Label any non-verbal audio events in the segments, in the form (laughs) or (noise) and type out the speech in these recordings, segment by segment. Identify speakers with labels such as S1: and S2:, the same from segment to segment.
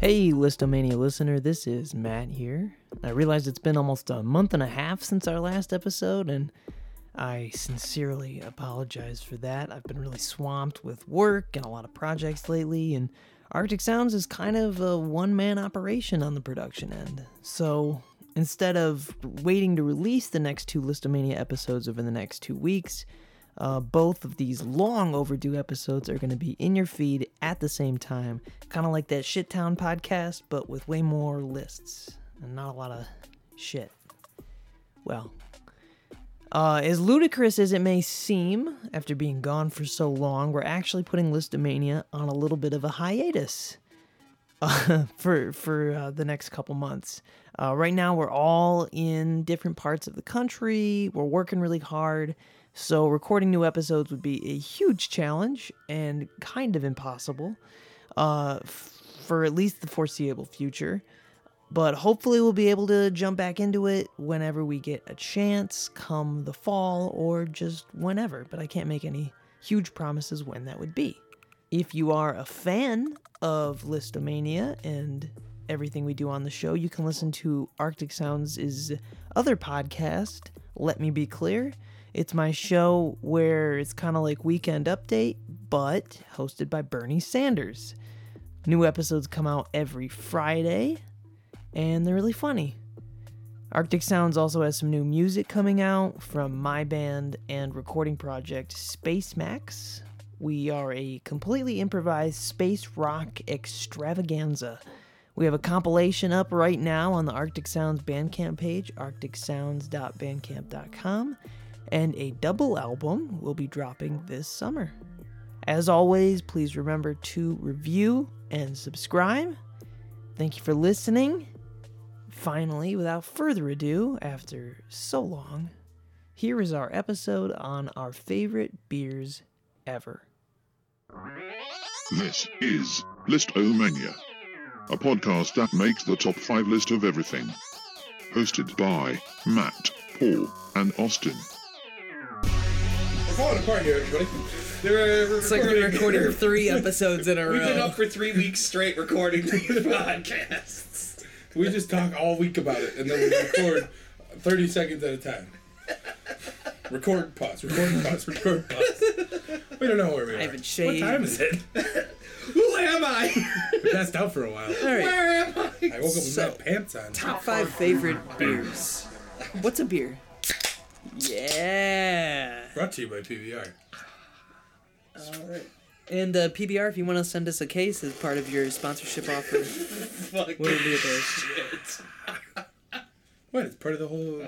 S1: Hey, Listomania listener, this is Matt here. I realize it's been almost a month and a half since our last episode, and I sincerely apologize for that. I've been really swamped with work and a lot of projects lately, and Arctic Sounds is kind of a one man operation on the production end. So instead of waiting to release the next two Listomania episodes over the next two weeks, uh, both of these long overdue episodes are going to be in your feed at the same time, kind of like that Shit Town podcast, but with way more lists and not a lot of shit. Well, uh, as ludicrous as it may seem, after being gone for so long, we're actually putting Listomania on a little bit of a hiatus uh, for for uh, the next couple months. Uh, right now, we're all in different parts of the country. We're working really hard, so recording new episodes would be a huge challenge and kind of impossible uh, f- for at least the foreseeable future. But hopefully, we'll be able to jump back into it whenever we get a chance, come the fall or just whenever. But I can't make any huge promises when that would be. If you are a fan of Listomania and everything we do on the show, you can listen to Arctic Sounds' other podcast, Let Me Be Clear. It's my show where it's kind of like Weekend Update, but hosted by Bernie Sanders. New episodes come out every Friday, and they're really funny. Arctic Sounds also has some new music coming out from my band and recording project Space Max. We are a completely improvised space rock extravaganza. We have a compilation up right now on the Arctic Sounds Bandcamp page, arcticsounds.bandcamp.com, and a double album will be dropping this summer. As always, please remember to review and subscribe. Thank you for listening. Finally, without further ado, after so long, here is our episode on our favorite beers ever.
S2: This is Listomania, a podcast that makes the top five list of everything. Hosted by Matt, Paul, and Austin.
S3: We're falling apart here, everybody. They're, uh,
S4: It's like we recorded three episodes in a
S3: We've been up
S4: row.
S3: for three weeks straight recording these podcasts.
S5: We just talk all week about it and then we record 30 seconds at a time. Record, pause, record, pause, record, pause. We don't know where we are. I
S4: haven't shaved.
S5: What time is it?
S3: Who am I?
S5: We passed out for a while.
S4: All right,
S3: Where am I?
S5: I woke up with
S4: So-
S5: no pants on.
S4: top five favorite beers. What's a beer? Yeah.
S5: Brought to you by PBR.
S4: And uh, PBR, if you want to send us a case as part of your sponsorship offer,
S3: Fuck.
S4: what would be those?
S3: Shit.
S5: What? It's part of the whole.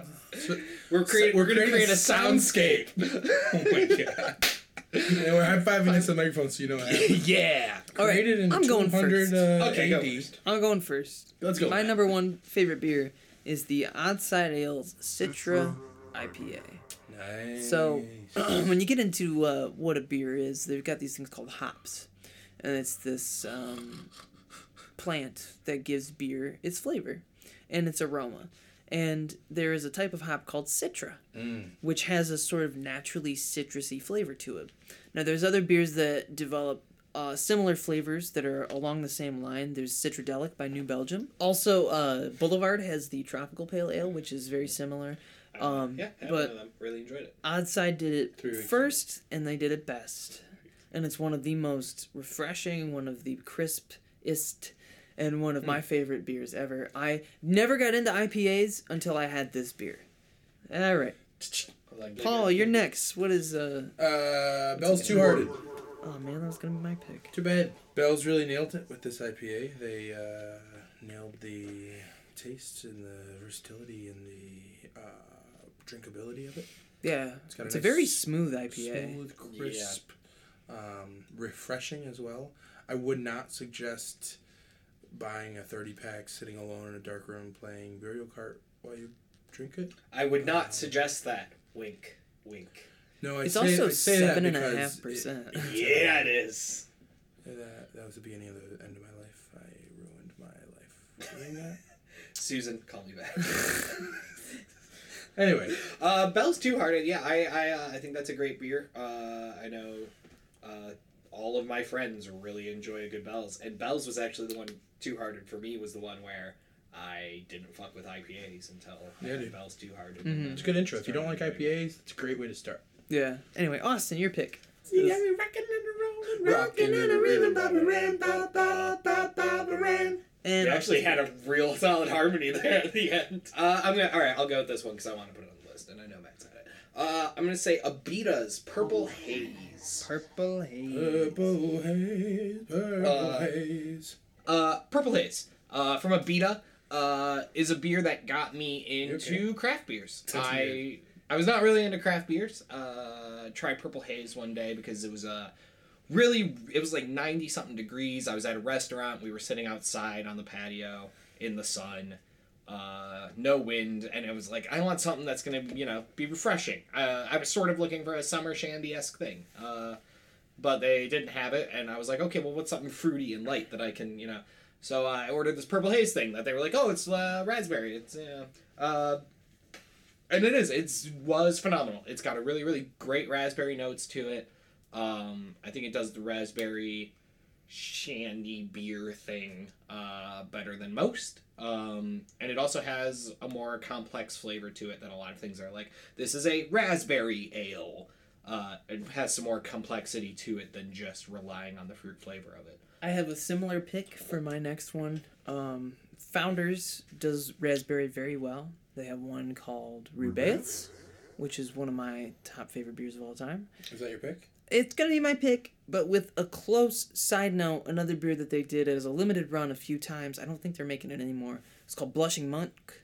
S3: We're, creating, we're gonna
S5: creating
S3: create a
S5: a
S3: soundscape.
S5: Oh my (laughs) god. And we're high fiving into the microphone so you know what happened.
S3: yeah.
S4: All right,
S5: Created in
S4: I'm going
S5: 200,
S4: first.
S5: Uh,
S3: Okay, go.
S5: AD.
S4: I'm going first.
S5: Let's go.
S4: My number one favorite beer is the Oddside Ales Citra IPA.
S5: Nice.
S4: So (clears throat) when you get into uh, what a beer is, they've got these things called hops, and it's this um, plant that gives beer its flavor and its aroma. And there is a type of hop called Citra, which has a sort of naturally citrusy flavor to it. Now, there's other beers that develop uh, similar flavors that are along the same line. There's Citradelic by New Belgium. Also, uh, Boulevard has the Tropical Pale Ale, which is very similar. Um,
S3: Yeah, I had one
S4: but
S3: of them. Really enjoyed it.
S4: Oddside did it
S5: Three weeks.
S4: first, and they did it best. And it's one of the most refreshing, one of the crispest, and one
S5: Hmm.
S4: of my favorite beers ever. I never got into IPAs until I had this beer. All right,
S3: I was like,
S4: Paul, you're next. What is uh?
S5: Uh, Bell's Two Hearted.
S4: Oh man, that was gonna be my pick.
S5: Too bad. Bell's really nailed it with this IPA. They uh, nailed the taste and the versatility and the uh, drinkability of it.
S4: Yeah, it's,
S5: got a
S4: a
S5: nice
S4: very smooth IPA.
S5: Smooth, crisp, um, refreshing as well. I would not suggest buying a 30 pack sitting alone in a dark room playing Burial Cart while you drink it.
S3: I would not suggest that. Wink, wink.
S5: No, I
S4: It's
S5: say,
S4: also
S5: I say that
S4: seven and a
S5: because
S4: half
S5: it-
S4: percent.
S3: Yeah, it is.
S5: that, that was the beginning of the end of my life. I ruined my life doing that.
S3: Susan, call me back.
S5: Anyway.
S3: Uh, Bell's Two Hearted, yeah, I I, uh, I think that's a great beer. Uh, I know uh,
S6: all of my friends really enjoy a good Bell's, and Bell's was actually the one too hearted for me was the one where I didn't fuck with IPAs until
S5: Yeah,
S6: I had
S5: dude.
S6: Bell's too hearted.
S5: It's a good intro. If you don't like IPAs, it's a great way to start.
S4: Yeah. Anyway, Austin, your pick.
S6: You got me rocking and
S5: Rockin'
S6: rolling, rocking
S5: and
S6: and
S5: a
S6: a
S5: reelin',
S6: reeling,
S5: bobby
S6: bobbing,
S5: ran,
S6: ran,
S5: ba-
S6: ba
S5: ba- ba-
S6: ba ba
S5: ba-
S6: ba
S5: ran.
S6: ran.
S4: And
S6: It actually had a real solid harmony there at
S5: (laughs)
S6: the end. Uh, I'm gonna, all right, I'll go with this one because I want to put it on the list, and I know Matt's had it. Uh, I'm gonna say Abita's Purple Haze.
S4: Purple Haze.
S5: Purple haze, purple
S6: Uh,
S5: haze.
S6: Uh, Purple Haze uh, from Abita uh, is a beer that got me into craft beers.
S5: That's
S6: I
S5: weird.
S6: I was not really into craft beers. Uh, tried Purple Haze one day because it was a really it was like 90 something degrees i was at a restaurant we were sitting outside on the patio in the sun uh, no wind and it was like i want something that's gonna you know be refreshing uh, i was sort of looking for a summer shandy-esque thing uh, but they didn't have it and i was like okay well what's something fruity and light that i can you know so i ordered this purple haze thing that they were like oh it's uh, raspberry it's uh, uh, and it is it's was phenomenal it's got a really really great raspberry notes to it um, I think it does the raspberry shandy beer thing uh, better than most. Um, and it also has a more complex flavor to it than a lot of things are. Like, this is a raspberry ale. Uh, it has some more complexity to it than just relying on the fruit flavor of it.
S4: I have a similar pick for my next one. Um, Founders does raspberry very well. They have one called Rubeus, which is one of my top favorite beers of all time.
S5: Is that your pick?
S4: It's gonna be my pick, but with a close side note, another beer that they did as a limited run a few times. I don't think they're making it anymore. It's called Blushing Monk.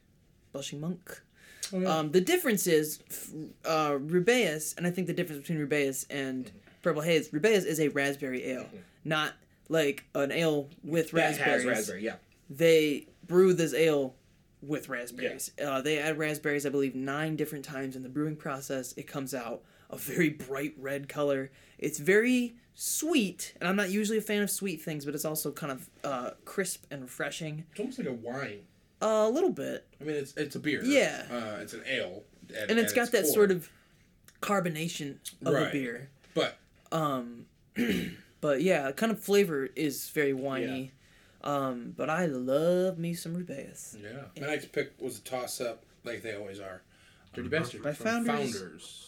S4: Blushing Monk.
S5: Oh, yeah.
S4: Um, the difference is f- uh, Rubeus, and I think the difference between Rubeus and Purple Haze. Rubeus is a raspberry ale, not like an ale with
S6: That has
S4: raspberries.
S6: raspberry, yeah.
S4: They brew this ale with raspberries. Uh, they add raspberries, I believe, nine different times in the brewing process. It comes out a very bright red color. It's very sweet, and I'm not usually a fan of sweet things, but it's also kind of uh, crisp and refreshing.
S5: It's almost like a wine.
S4: a little bit.
S5: I mean, it's it's a beer.
S4: Yeah.
S5: Uh, it's an ale. at-
S4: and it's
S5: at
S4: got
S5: its
S4: that
S5: core.
S4: sort of carbonation of a
S5: Right.
S4: beer.
S5: But
S4: But yeah, kind of flavor is very winey. Um, but I love me some Rubeus.
S5: yeah, my next pick was a toss up, like they always are. Dirty bastard.
S4: By
S5: from
S4: Founders.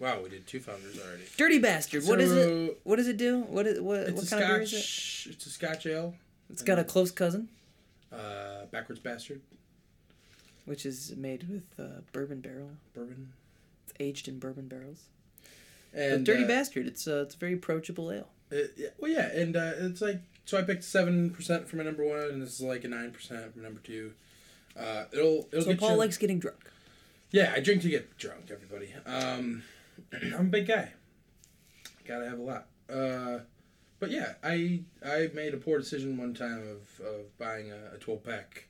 S5: Wow, we did two founders already.
S4: Dirty bastard. What is
S5: So-
S4: it? What does it do? What is what?
S5: It's
S4: what
S5: a
S4: kind of beer is it?
S5: Scotch. It's a Scotch ale.
S4: It's got a close cousin,
S5: Uh, backwards bastard
S4: which is made with uh, bourbon barrel.
S5: bourbon.
S4: It's aged in bourbon barrels. But
S5: And
S4: Dirty
S5: uh,
S4: bastard. It's uh, it's a very approachable ale.
S5: It, yeah, well, yeah, and uh, it's like so. I picked seven percent for my number one, and this is like a nine percent for number two. Uh, it'll it'll
S4: So
S5: get
S4: Paul
S5: you,
S4: likes getting drunk.
S5: Yeah, I drink to get drunk. Everybody. Um, (clears throat) I'm a big guy. Gotta have a lot. Uh, but yeah, I I made a poor decision one time of, of buying a, a twelve pack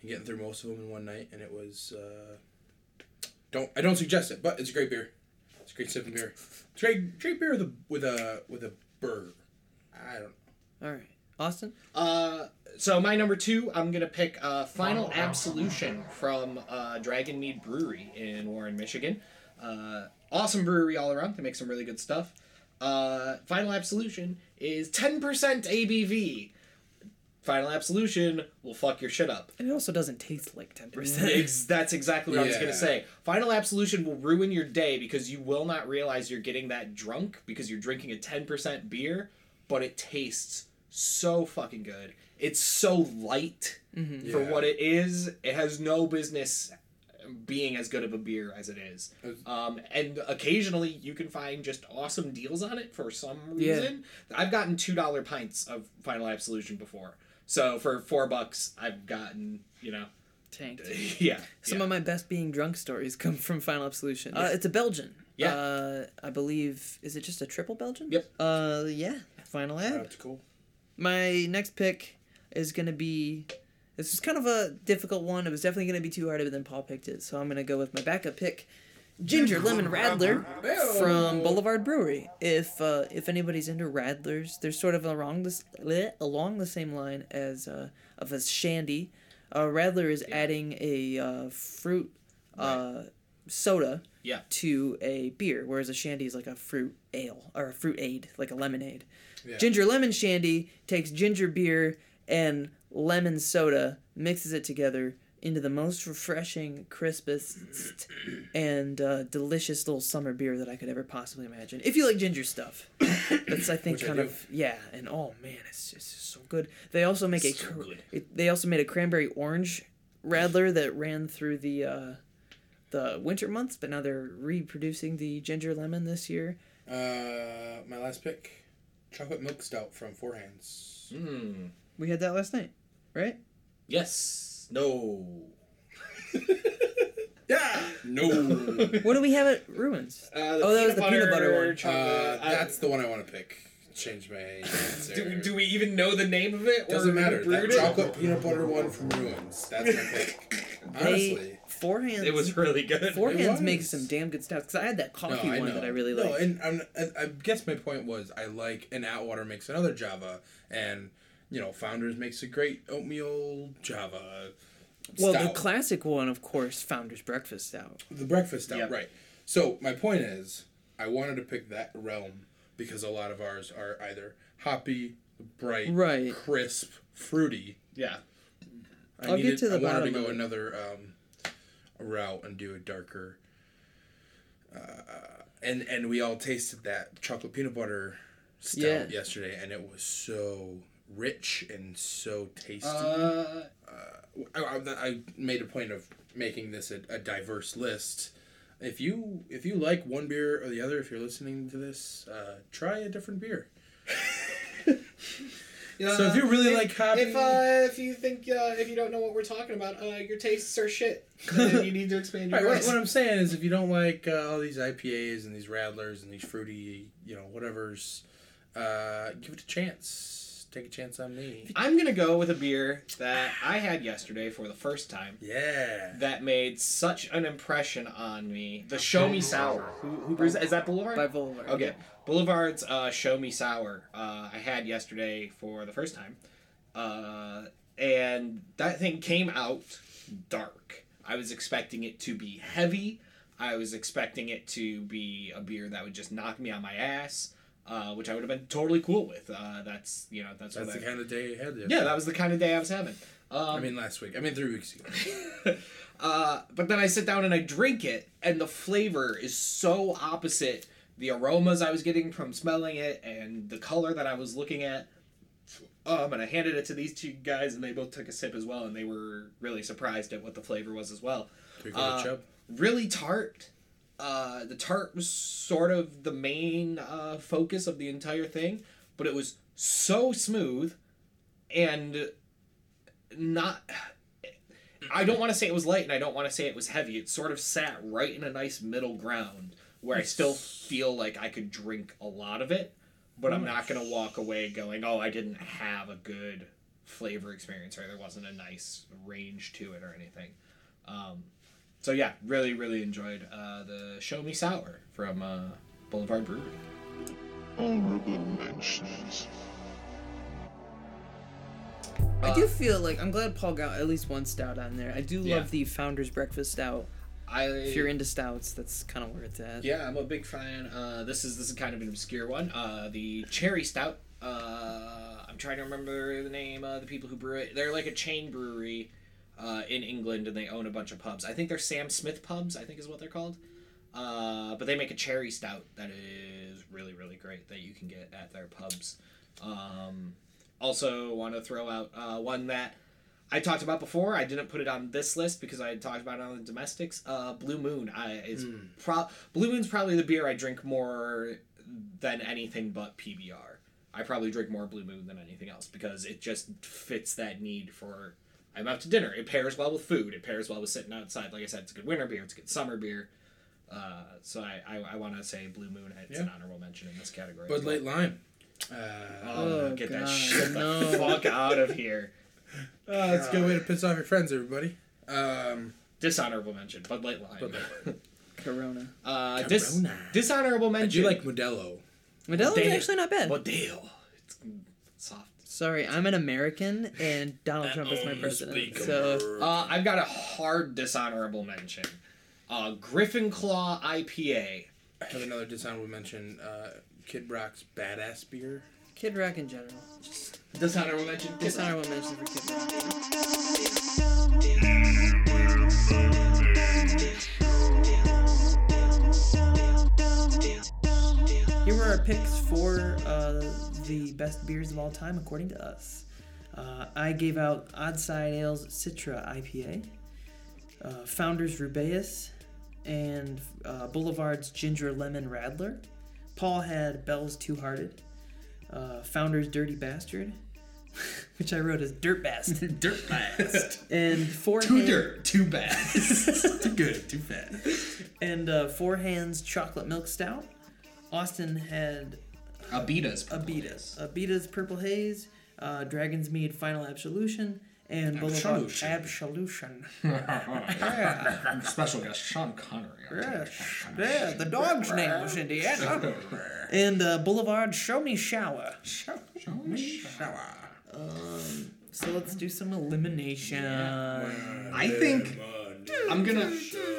S5: and getting through most of them in one night, and it was uh, don't I don't suggest it, but it's a great beer. It's a great sipping beer. It's a great great beer with a with a with a burr. I don't.
S4: All right, Austin.
S6: Uh, so my number two, I'm gonna pick uh, Final Absolution from uh, Dragon Mead Brewery in Warren, Michigan. Uh, awesome brewery all around. They make some really good stuff. Uh, Final Absolution is 10% ABV. Final Absolution will fuck your shit up.
S4: It also doesn't taste like ten percent.
S6: Ex- that's exactly what I was
S5: Yeah.
S6: gonna say. Final Absolution will ruin your day because you will not realize you're getting that drunk because you're drinking a ten percent beer, but it tastes so fucking good. It's so light for
S5: Yeah.
S6: what it is. It has no business being as good of a beer as it is. Um, and occasionally you can find just awesome deals on it for some
S4: Yeah.
S6: reason. I've gotten two dollar pints of Final Absolution before. So for four bucks, I've gotten you know
S4: Tanked.
S6: (laughs) yeah.
S4: Some
S6: yeah.
S4: of my best being drunk stories (laughs) come from Final Absolution. Uh, it's a Belgian.
S6: Yeah.
S4: Uh, I believe is it just a triple Belgian?
S6: Yep.
S4: Uh, yeah. Final Ab.
S5: That's cool.
S4: My next pick is gonna be. This is kind of a difficult one. It was definitely gonna be too hard, but then Paul picked it, so I'm gonna go with my backup pick, Ginger Lemon Radler from Boulevard Brewery. If uh, if anybody's into Radlers, they're sort of along this bleh, along the same line as uh, of a Shandy. Uh, Radler is adding a uh, fruit uh, soda
S6: Yeah.
S4: to a beer, whereas a shandy is like a fruit ale or a fruit aid, like a lemonade. Ginger lemon shandy takes ginger beer and lemon soda, mixes it together into the most refreshing, crispest, and uh, delicious little summer beer that I could ever possibly imagine. If you like ginger stuff, that's I think
S5: Which I
S4: kind
S5: do.
S4: of yeah. And oh man, it's just, it's just so good. They also make a
S6: So
S4: cr-
S6: good.
S4: it, they also made a cranberry orange radler that ran through the. Uh, the winter months, but now they're reproducing the ginger lemon this year.
S5: Uh, my last pick, chocolate milk stout from Four Hands.
S6: Mm.
S4: We had that last night, right?
S6: Yes. No.
S5: Yeah. No.
S4: What do we have at Ruins?
S6: Uh, the
S4: Oh, that was the peanut butter one.
S6: chocolate.
S5: Uh,
S6: I-
S5: that's the one I want to pick. Change my answer.
S6: do, do we even know the name of it?
S5: Doesn't matter. That
S6: Brewed
S5: chocolate
S6: it?
S5: peanut butter one from Ruins. That's my pick. Honestly.
S4: (laughs) They, Four Hands.
S6: It was really good.
S4: Four
S5: it
S4: Hands
S5: was.
S4: makes some damn good stouts. Cause I had that coffee one that I really
S5: no,
S4: liked.
S5: and I'm, I, I guess my point was I like and Atwater makes another Java, and you know Founders makes a great oatmeal Java.
S4: well, the
S5: stout.
S4: classic one, of course, Founder's Breakfast Stout.
S5: The breakfast stout,
S6: Yep.
S5: right. So my point is, I wanted to pick that realm because a lot of ours are either hoppy, bright,
S4: Right.
S5: crisp, fruity.
S6: Yeah.
S5: I
S4: I'll get to the
S5: I wanted
S4: bottom
S5: to
S4: of
S5: go
S4: it.
S5: another um, route and do a darker. Uh, and and we all tasted that chocolate peanut butter stout
S4: Yeah.
S5: yesterday, and it was so rich and so tasty.
S6: Uh,
S5: I, I, I made a point of making this a, a diverse list. If you if you like one beer or the other, if you're listening to this, uh, try a different beer. So if you really like hoppy,
S6: If uh, if you think uh, if you don't know what we're talking about, uh, your tastes are (laughs) shit. and you need to expand your
S5: Right, what,
S6: horizons.
S5: what I'm saying is, if you don't like uh, all these IPAs and these Radlers and these fruity, you know, whatever's, uh, give it a chance. Take a chance on me.
S6: I'm gonna go with a beer that I had yesterday for the first time
S5: Yeah.
S6: that made such an impression on me. The Show Me Sour. Who, who brews that? Is that Boulevard?
S4: By Boulevard.
S6: Okay. Boulevard's uh, Show Me Sour, uh, I had yesterday for the first time. Uh, and that thing came out dark. I was expecting it to be heavy. I was expecting it to be a beer that would just knock me on my ass, uh, which I would have been totally cool with. Uh, that's, you know, that's,
S5: That's
S6: what
S5: the
S6: I,
S5: kind of day you had.
S6: Yeah, that was the kind of day I was having. Um,
S5: I mean, last week. I mean, three weeks ago.
S6: uh, but then I sit down and I drink it, and the flavor is so opposite the aromas I was getting from smelling it and the color that I was looking at. Um, and I handed it to these two guys, and they both took a sip as well, and they were really surprised at what the flavor was as well.
S5: Three
S6: Uh,
S5: chub.
S6: Really tart. Uh, the tart was sort of the main uh, focus of the entire thing, but it was so smooth and not I don't want to say it was light and I don't want to say it was heavy. It sort of sat right in a nice middle ground where I still feel like I could drink a lot of it, but I'm not going to walk away going, "Oh, I didn't have a good flavor experience or there wasn't a nice range to it or anything." Um, so yeah, really really enjoyed uh, the Show Me Sour from uh, Boulevard Brewery.
S2: Honorable mentions.
S4: I do feel like I'm glad Paul got at least one stout on there. I do
S6: Uh, Yeah.
S4: love the Founder's Breakfast Stout.
S6: I
S4: If you're into stouts, that's kind of where it's at.
S6: Yeah, I'm a big fan. Uh, this is this is kind of an obscure one. Uh, the cherry stout. Uh, I'm trying to remember the name of the people who brew it. They're like a chain brewery uh, in England, and they own a bunch of pubs. I think they're Sam Smith pubs. I think is what they're called. Uh, but they make a cherry stout that is really really great that you can get at their pubs. Um, also, want to throw out uh, one that I talked about before. I didn't put it on this list because I had talked about it on the domestics. Uh, Blue Moon. I is
S4: Hmm.
S6: pro- Blue Moon's probably the beer I drink more than anything but PBR. I probably drink more Blue Moon than anything else because it just fits that need for. I'm out to dinner. It pairs well with food. It pairs well with sitting outside. Like I said, it's a good winter beer. It's a good summer beer. Uh, so I, I, I want to say Blue Moon. It's an
S5: Yeah.
S6: honorable mention in this category. as
S5: Bud
S6: well.
S5: Light Lime. Uh,
S6: Oh,
S4: Oh,
S6: get that
S4: God,
S6: shit
S4: no.
S6: the fuck out of here.
S5: uh, that's a good way to piss off your friends, everybody. Um,
S6: Dishonorable mention, Bud Light Lime.
S5: Bud
S4: Corona.
S6: Uh, dis-
S5: Corona.
S6: dishonorable
S5: I
S6: mention.
S5: do like Modelo.
S4: Modelo's
S6: Damn.
S4: actually not bad.
S6: Modelo. It's soft.
S4: Sorry, I'm an American,
S6: Um,
S4: and Donald Trump is my president. So
S6: Uh, I've got a hard dishonorable mention. uh, Griffin Claw IPA.
S5: I have another dishonorable mention. Uh, Kid Rock's badass beer.
S4: Kid Rock in general.
S6: Dishonorable mention.
S4: Dishonorable mention for Kid Rock. Here are our picks for uh, the best beers of all time, according to us. Uh, I gave out Odd Side Ales Citra IPA, uh, Founders Rubeus, and uh, Boulevard's Ginger Lemon Radler. Paul had Bell's Two Hearted, uh, Founders Dirty Bastard, which I wrote as
S6: (laughs)
S4: Dirt Bastard,
S6: Dirt blast.
S4: and
S6: (laughs)
S4: Four
S6: too
S4: Hand-
S6: dirt. Too bad. (laughs) too good. Too bad.
S4: and uh, Four Hands Chocolate Milk Stout. Austin had
S6: Abita's.
S4: Abita's. Abita's Purple Haze, uh, Dragon's Mead Final Absolution, and Boulevard
S6: Absolution. (laughs)
S4: Absolution.
S6: Special guest Sean Connery.
S4: Yes. Yeah, the dog's name was Indiana.
S6: (laughs)
S4: and uh, Boulevard Show Me Shower. So let's do some elimination.
S6: I think I'm gonna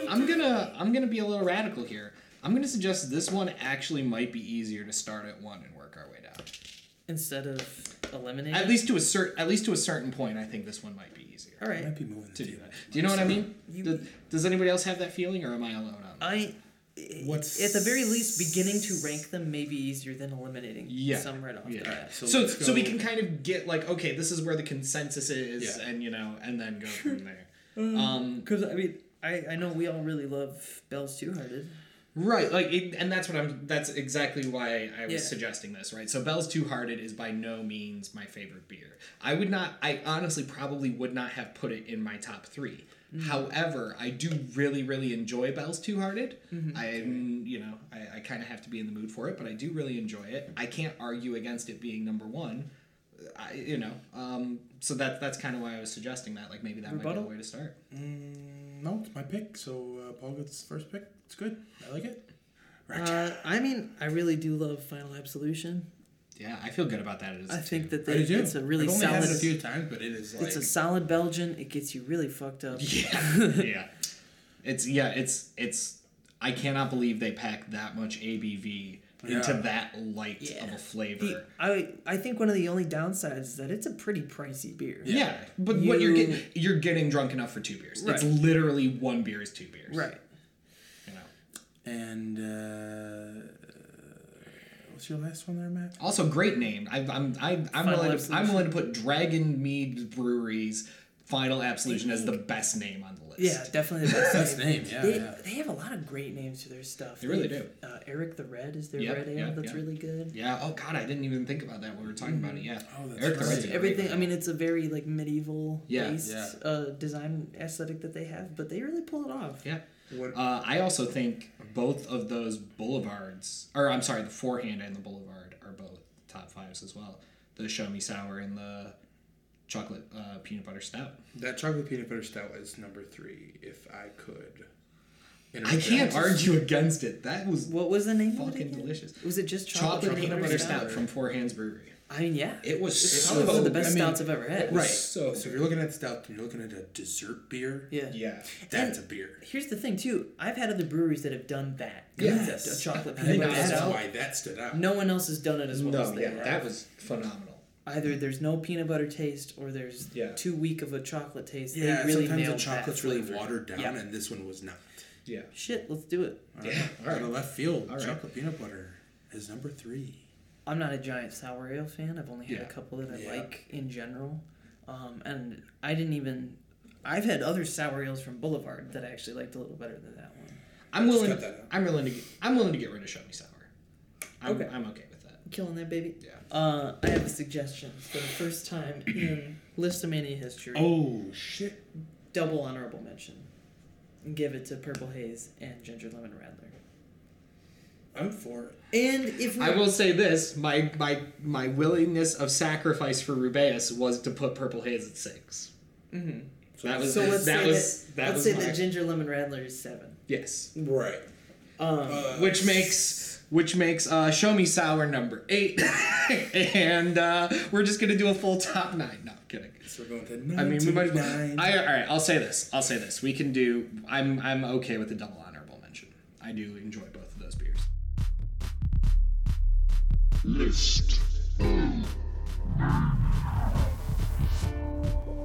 S6: I'm gonna I'm gonna be a little radical here. I'm gonna suggest this one actually might be easier to start at one and work our way down.
S4: Instead of eliminating.
S6: At least to a certain at least to a certain point, I think this one might be easier
S4: All right.
S5: Be moving
S6: to do that. Do you know what I mean? Does, does anybody else have that feeling, or am I alone on? that?
S4: I.
S5: What's-
S4: At the very least, beginning to rank them may be easier than eliminating
S6: Yeah.
S4: some right off
S6: Yeah.
S4: the bat.
S6: So
S5: So
S6: so,
S5: let's
S6: we
S5: go-
S6: can kind of get like okay, this is where the consensus is,
S5: Yeah.
S6: and you know, and then go from there. Um,
S4: Because I mean, I, I know we all really love Bell's Two Hearted.
S6: Right, like, it, and that's what I'm. That's exactly why I was
S4: Yeah.
S6: suggesting this, right? So, Bell's Two Hearted is by no means my favorite beer. I would not. I honestly probably would not have put it in my top three.
S4: Mm.
S6: However, I do really, really enjoy Bell's Two Hearted.
S4: Mm-hmm.
S6: I, mm, you know, I, I kind of have to be in the mood for it, but I do really enjoy it. I can't argue against it being number one. uh, I, you know, um, so that that's kind of why I was suggesting that. Like, maybe that might
S4: Rebuttal?
S6: be the way to start.
S5: No, it's my pick. So uh, Paul gets first pick. It's good. I like it.
S4: Uh, I mean, I really do love Final Absolution.
S6: Yeah, I feel good about that. As
S4: I
S6: a
S4: think
S6: two.
S4: that they, it's a really
S5: I've only
S4: solid.
S5: had it a few times, but it is like
S4: It's a solid Belgian. It gets you really fucked up.
S6: Yeah, (laughs) yeah. It's yeah, it's it's. I cannot believe they packed that much ABV into
S5: Yeah.
S6: that light of
S4: Yeah.
S6: a flavor.
S4: The- I I think one of the only downsides is that it's a pretty pricey beer.
S6: yeah. but what you're
S4: You-
S6: getting, you're getting drunk enough for two beers. It's
S4: Right.
S6: literally one beer is two beers.
S4: Right.
S6: You know.
S5: And uh, what's your last one there, Matt?
S6: Also, great name. I, I'm I, I'm
S4: Final
S6: willing to, I'm
S4: Absolution.
S6: willing to put Dragon Mead Breweries Final Absolution as the best name on the list.
S4: Yeah, definitely. The best
S5: That's
S4: name.
S5: name. Yeah,
S4: They,
S5: yeah.
S4: they have a lot of great names to their stuff.
S6: They really
S4: They've- Uh, Eric the Red is their
S6: Yep,
S4: red ale.
S6: yep,
S4: that's
S6: yep.
S4: really good.
S6: Yeah. Oh God, I didn't even think about that when we were talking about it. Yeah.
S5: Oh, that's
S6: Eric the
S5: right.
S6: Red's a great
S4: everything
S6: name.
S4: i mean it's a very like medieval
S6: Yeah,
S4: based
S5: yeah.
S4: Uh, design aesthetic that they have but they really pull it off
S6: Yeah.
S5: What-
S6: Uh, I also think both of those boulevards, or I'm sorry, the forehand and the boulevard are both top fives as well. The show me sour and the chocolate uh, peanut butter stout.
S5: That chocolate peanut butter stout is number three. If I could.
S6: I can't argue against it. That was
S4: what was the name of it
S6: Fucking
S4: again?
S6: delicious.
S4: was it just
S6: chocolate,
S4: chocolate,
S6: peanut butter stout from Four Hands Brewery.
S4: i mean yeah
S6: It was
S4: it's
S6: so
S4: probably one of the best
S5: I mean,
S4: stouts i've ever had
S5: Right.
S6: So
S5: Oh, So, if you're looking at stout, and you're looking at a dessert beer.
S4: yeah
S6: yeah.
S5: That's a beer.
S4: here's the thing too i've had other breweries that have done that
S6: Yes.
S4: concept, a chocolate
S5: I think
S4: peanut butter
S5: that's
S4: stout
S5: why that stood out.
S4: no one else has done it as well as
S6: No,
S4: they
S6: yeah,
S4: have.
S6: that was phenomenal.
S4: either there's no peanut butter taste or there's
S6: Yeah.
S4: too weak of a chocolate taste
S5: Yeah,
S4: they really
S5: sometimes the
S4: nailed
S5: chocolate's
S4: that
S5: really
S4: flavor.
S5: watered down,
S4: Yeah.
S5: and this one was not.
S6: Yeah.
S4: shit let's do it
S6: Yeah. All
S5: Out
S6: right.
S5: of left field,
S6: right.
S5: chocolate peanut butter is number three.
S4: I'm not a giant sour ale fan. I've only had
S6: Yeah.
S4: a couple that I
S5: Yeah.
S4: like in general, um, and I didn't even. I've had other sour ales from Boulevard that I actually liked a little better than that one.
S6: I'm willing.
S5: cut that out.
S6: I'm willing to. Get, I'm willing to get rid of show me sour. I'm,
S4: Okay.
S6: I'm okay with that.
S4: Killing that baby.
S6: Yeah.
S4: Uh, I have a suggestion for the first time in Listomania history.
S5: Oh shit!
S4: Double honorable mention. Give it to Purple Haze and Ginger Lemon Radler.
S5: I'm for it.
S4: And if we,
S6: I will say this: my my my willingness of sacrifice for Rubeus was to put Purple Haze at 6 Mm-hmm. That was
S4: so let's
S6: that
S4: say
S6: was
S4: that,
S6: that,
S4: let's
S6: was
S4: say
S6: my,
S4: that Ginger Lemon Radler is seven.
S6: yes,
S5: Right.
S4: Um,
S5: Uh,
S6: which makes which makes uh, Show Me Sour number eight. (laughs) and uh, we're just going to do a full top nine. No, I'm kidding.
S5: So we're going to.
S6: I mean, we might.
S5: 99.
S6: I, all right, I'll say this. I'll say this. We can do. I'm I'm okay with the double honorable mention. I do enjoy both of those beers.
S2: List O.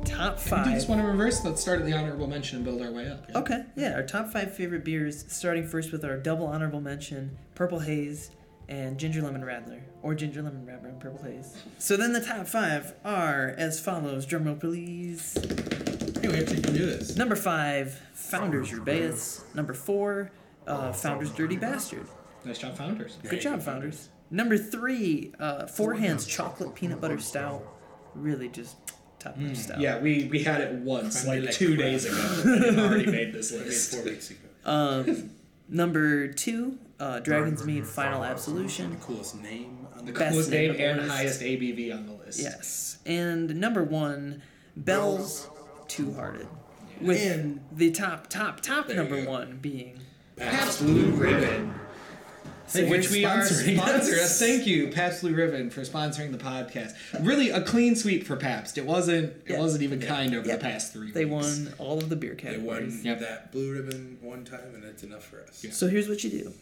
S4: Top
S6: Do
S4: five.
S6: this one in reverse. Let's start at the honorable mention and build our way up.
S4: Okay, yeah, our top five favorite beers, starting first with our double honorable mention, Purple Haze and Ginger Lemon Radler, or Ginger Lemon Radler and Purple Haze. So then the top five are as follows, drumroll please.
S5: Hey, we actually can do this.
S4: Number five, Founders Urbaeus. Number four, uh, Founders Dirty Bastard.
S6: Nice job, founders.
S4: Good job, Founders. Number three, uh, Four Hands Chocolate Peanut Butter Mm, Stout. Really just top notch stout.
S6: Yeah, we we had it once,
S5: Family
S6: like
S5: like
S6: two
S5: crap.
S6: days ago. and (laughs) it already made this
S5: We made
S6: list.
S5: four weeks ago.
S4: Um, number two, uh, Dragon's Mead Final Absolution.
S5: Coolest name on the.
S4: Best
S6: Coolest name
S4: name on
S6: and
S4: the list.
S6: highest ABV on the list.
S4: Yes. And number one, Bell's Two Hearted. With
S5: And-
S4: the top, top, top
S5: you
S4: number
S5: go.
S4: one being.
S6: Pabst Blue Ribbon. Which we are
S5: sponsoring
S6: sponsor
S5: us.
S6: us. (laughs) Thank you, Pabst Blue Ribbon, for sponsoring the podcast. Really, a clean sweep for Pabst. It wasn't. It
S4: Yeah.
S6: wasn't even kind over
S4: Yeah.
S6: the past three.
S4: They
S6: weeks.
S4: won all of the beer
S5: They won
S4: categories.
S6: Yep.
S5: that blue ribbon one time, and that's enough for us.
S4: So here's what you do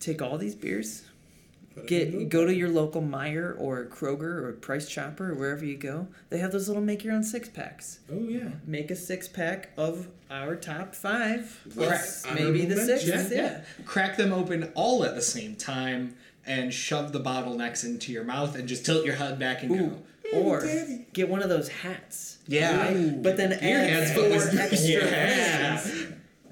S4: take all these beers,
S5: But if you
S4: get
S5: move-
S4: go to your local Meyer or Kroger or Price Chopper or wherever you go. They have those little make your own six packs.
S5: Oh yeah.
S4: Make a six pack of our top five.
S5: With
S4: Right. Maybe the
S5: honorable
S4: sixth.
S5: mention.
S6: Yeah,
S4: That's it.
S6: yeah. Crack them open all at the same time and shove the bottlenecks into your mouth and just tilt your head back and go.
S4: Or get one of those hats.
S6: Yeah.
S4: But then
S6: Your
S4: add
S6: hands foot (laughs)
S4: four
S6: was
S4: extra
S6: yeah.
S4: hats.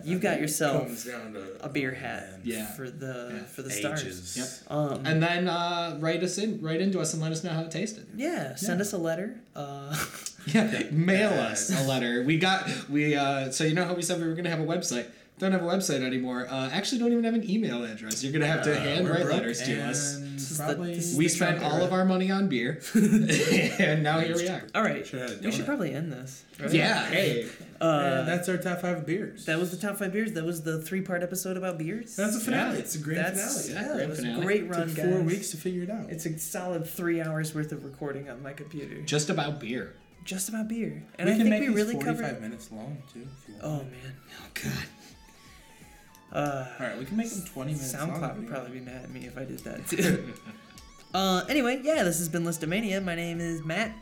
S4: You've got
S5: Comes
S4: yourself
S5: down to
S4: a beer hat
S6: Yeah.
S4: for the
S6: Yeah.
S4: for the stars.
S5: ages.
S6: Yep.
S4: Um,
S6: And then uh, write us in, write into us and let us know how it tasted.
S4: yeah, send us a letter. Uh, (laughs)
S6: (laughs) Yeah, mail us a letter. We got we uh, so you know how we said we were gonna have a website. Don't have a website anymore. Uh, actually, don't even have an email address. You're gonna have to hand
S5: Uh, We're
S6: write
S5: broke
S6: letters to us.
S5: and
S4: is the-
S5: Probably.
S4: this is
S6: We
S4: the
S6: spent
S4: Trump
S6: all of
S4: era.
S6: our money on beer, and now here we are.
S4: all right.
S5: Should have had a
S4: we should
S5: donut.
S4: probably end this. Right?
S6: Yeah, hey,
S5: Yeah, that's our top five beers.
S4: That was the top five beers. That was the three part episode about beers.
S5: That's a finale.
S6: Yeah.
S5: It's a grand
S4: That's-
S5: finale.
S6: yeah,
S4: yeah, it
S6: grand
S4: was a
S6: finale.
S4: great
S5: It
S4: run,
S5: took
S4: guys.
S5: four weeks to figure it out.
S4: It's a solid three hours worth of recording on my computer,
S6: just about beer.
S4: just about beer. And
S5: we
S4: I
S5: can
S4: think
S5: make
S4: we
S5: these
S4: really
S5: 45
S4: covered.
S5: minutes long too. If you want.
S4: Oh
S5: (laughs)
S4: man.
S6: Oh God.
S4: Uh,
S5: All right, we can make them 20 minutes. long,
S4: SoundCloud would
S5: dude.
S4: probably be mad at me if I
S5: (laughs)
S4: did that too. uh, anyway, yeah, this has been Listomania. My name is Matt.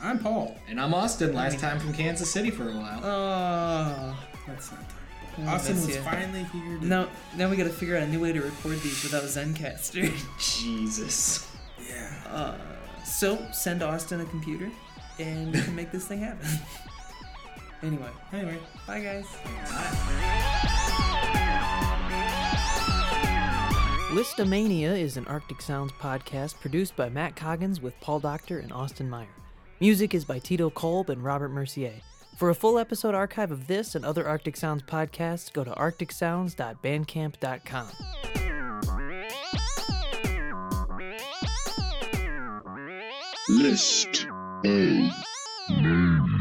S5: I'm Paul.
S6: And I'm Austin. Last time from Kansas City for a while.
S4: Uh,
S5: That's not. Austin
S4: miss
S5: was
S4: ya.
S5: finally here. To
S4: now, now we gotta figure out a new way to record these without Zencaster. Uh,
S6: Jesus.
S5: Yeah.
S4: so send Austin a computer, and we can make this thing happen. (laughs) anyway,
S5: Anyway.
S4: bye guys. Listomania is an Arctic Sounds podcast produced by Matt Coggins with Paul Doctor and Austin Meyer. Music is by Tito Kolb and Robert Mercier. For a full episode archive of this and other Arctic Sounds podcasts, go to arcticsounds.bandcamp.com.
S2: List O. Mania.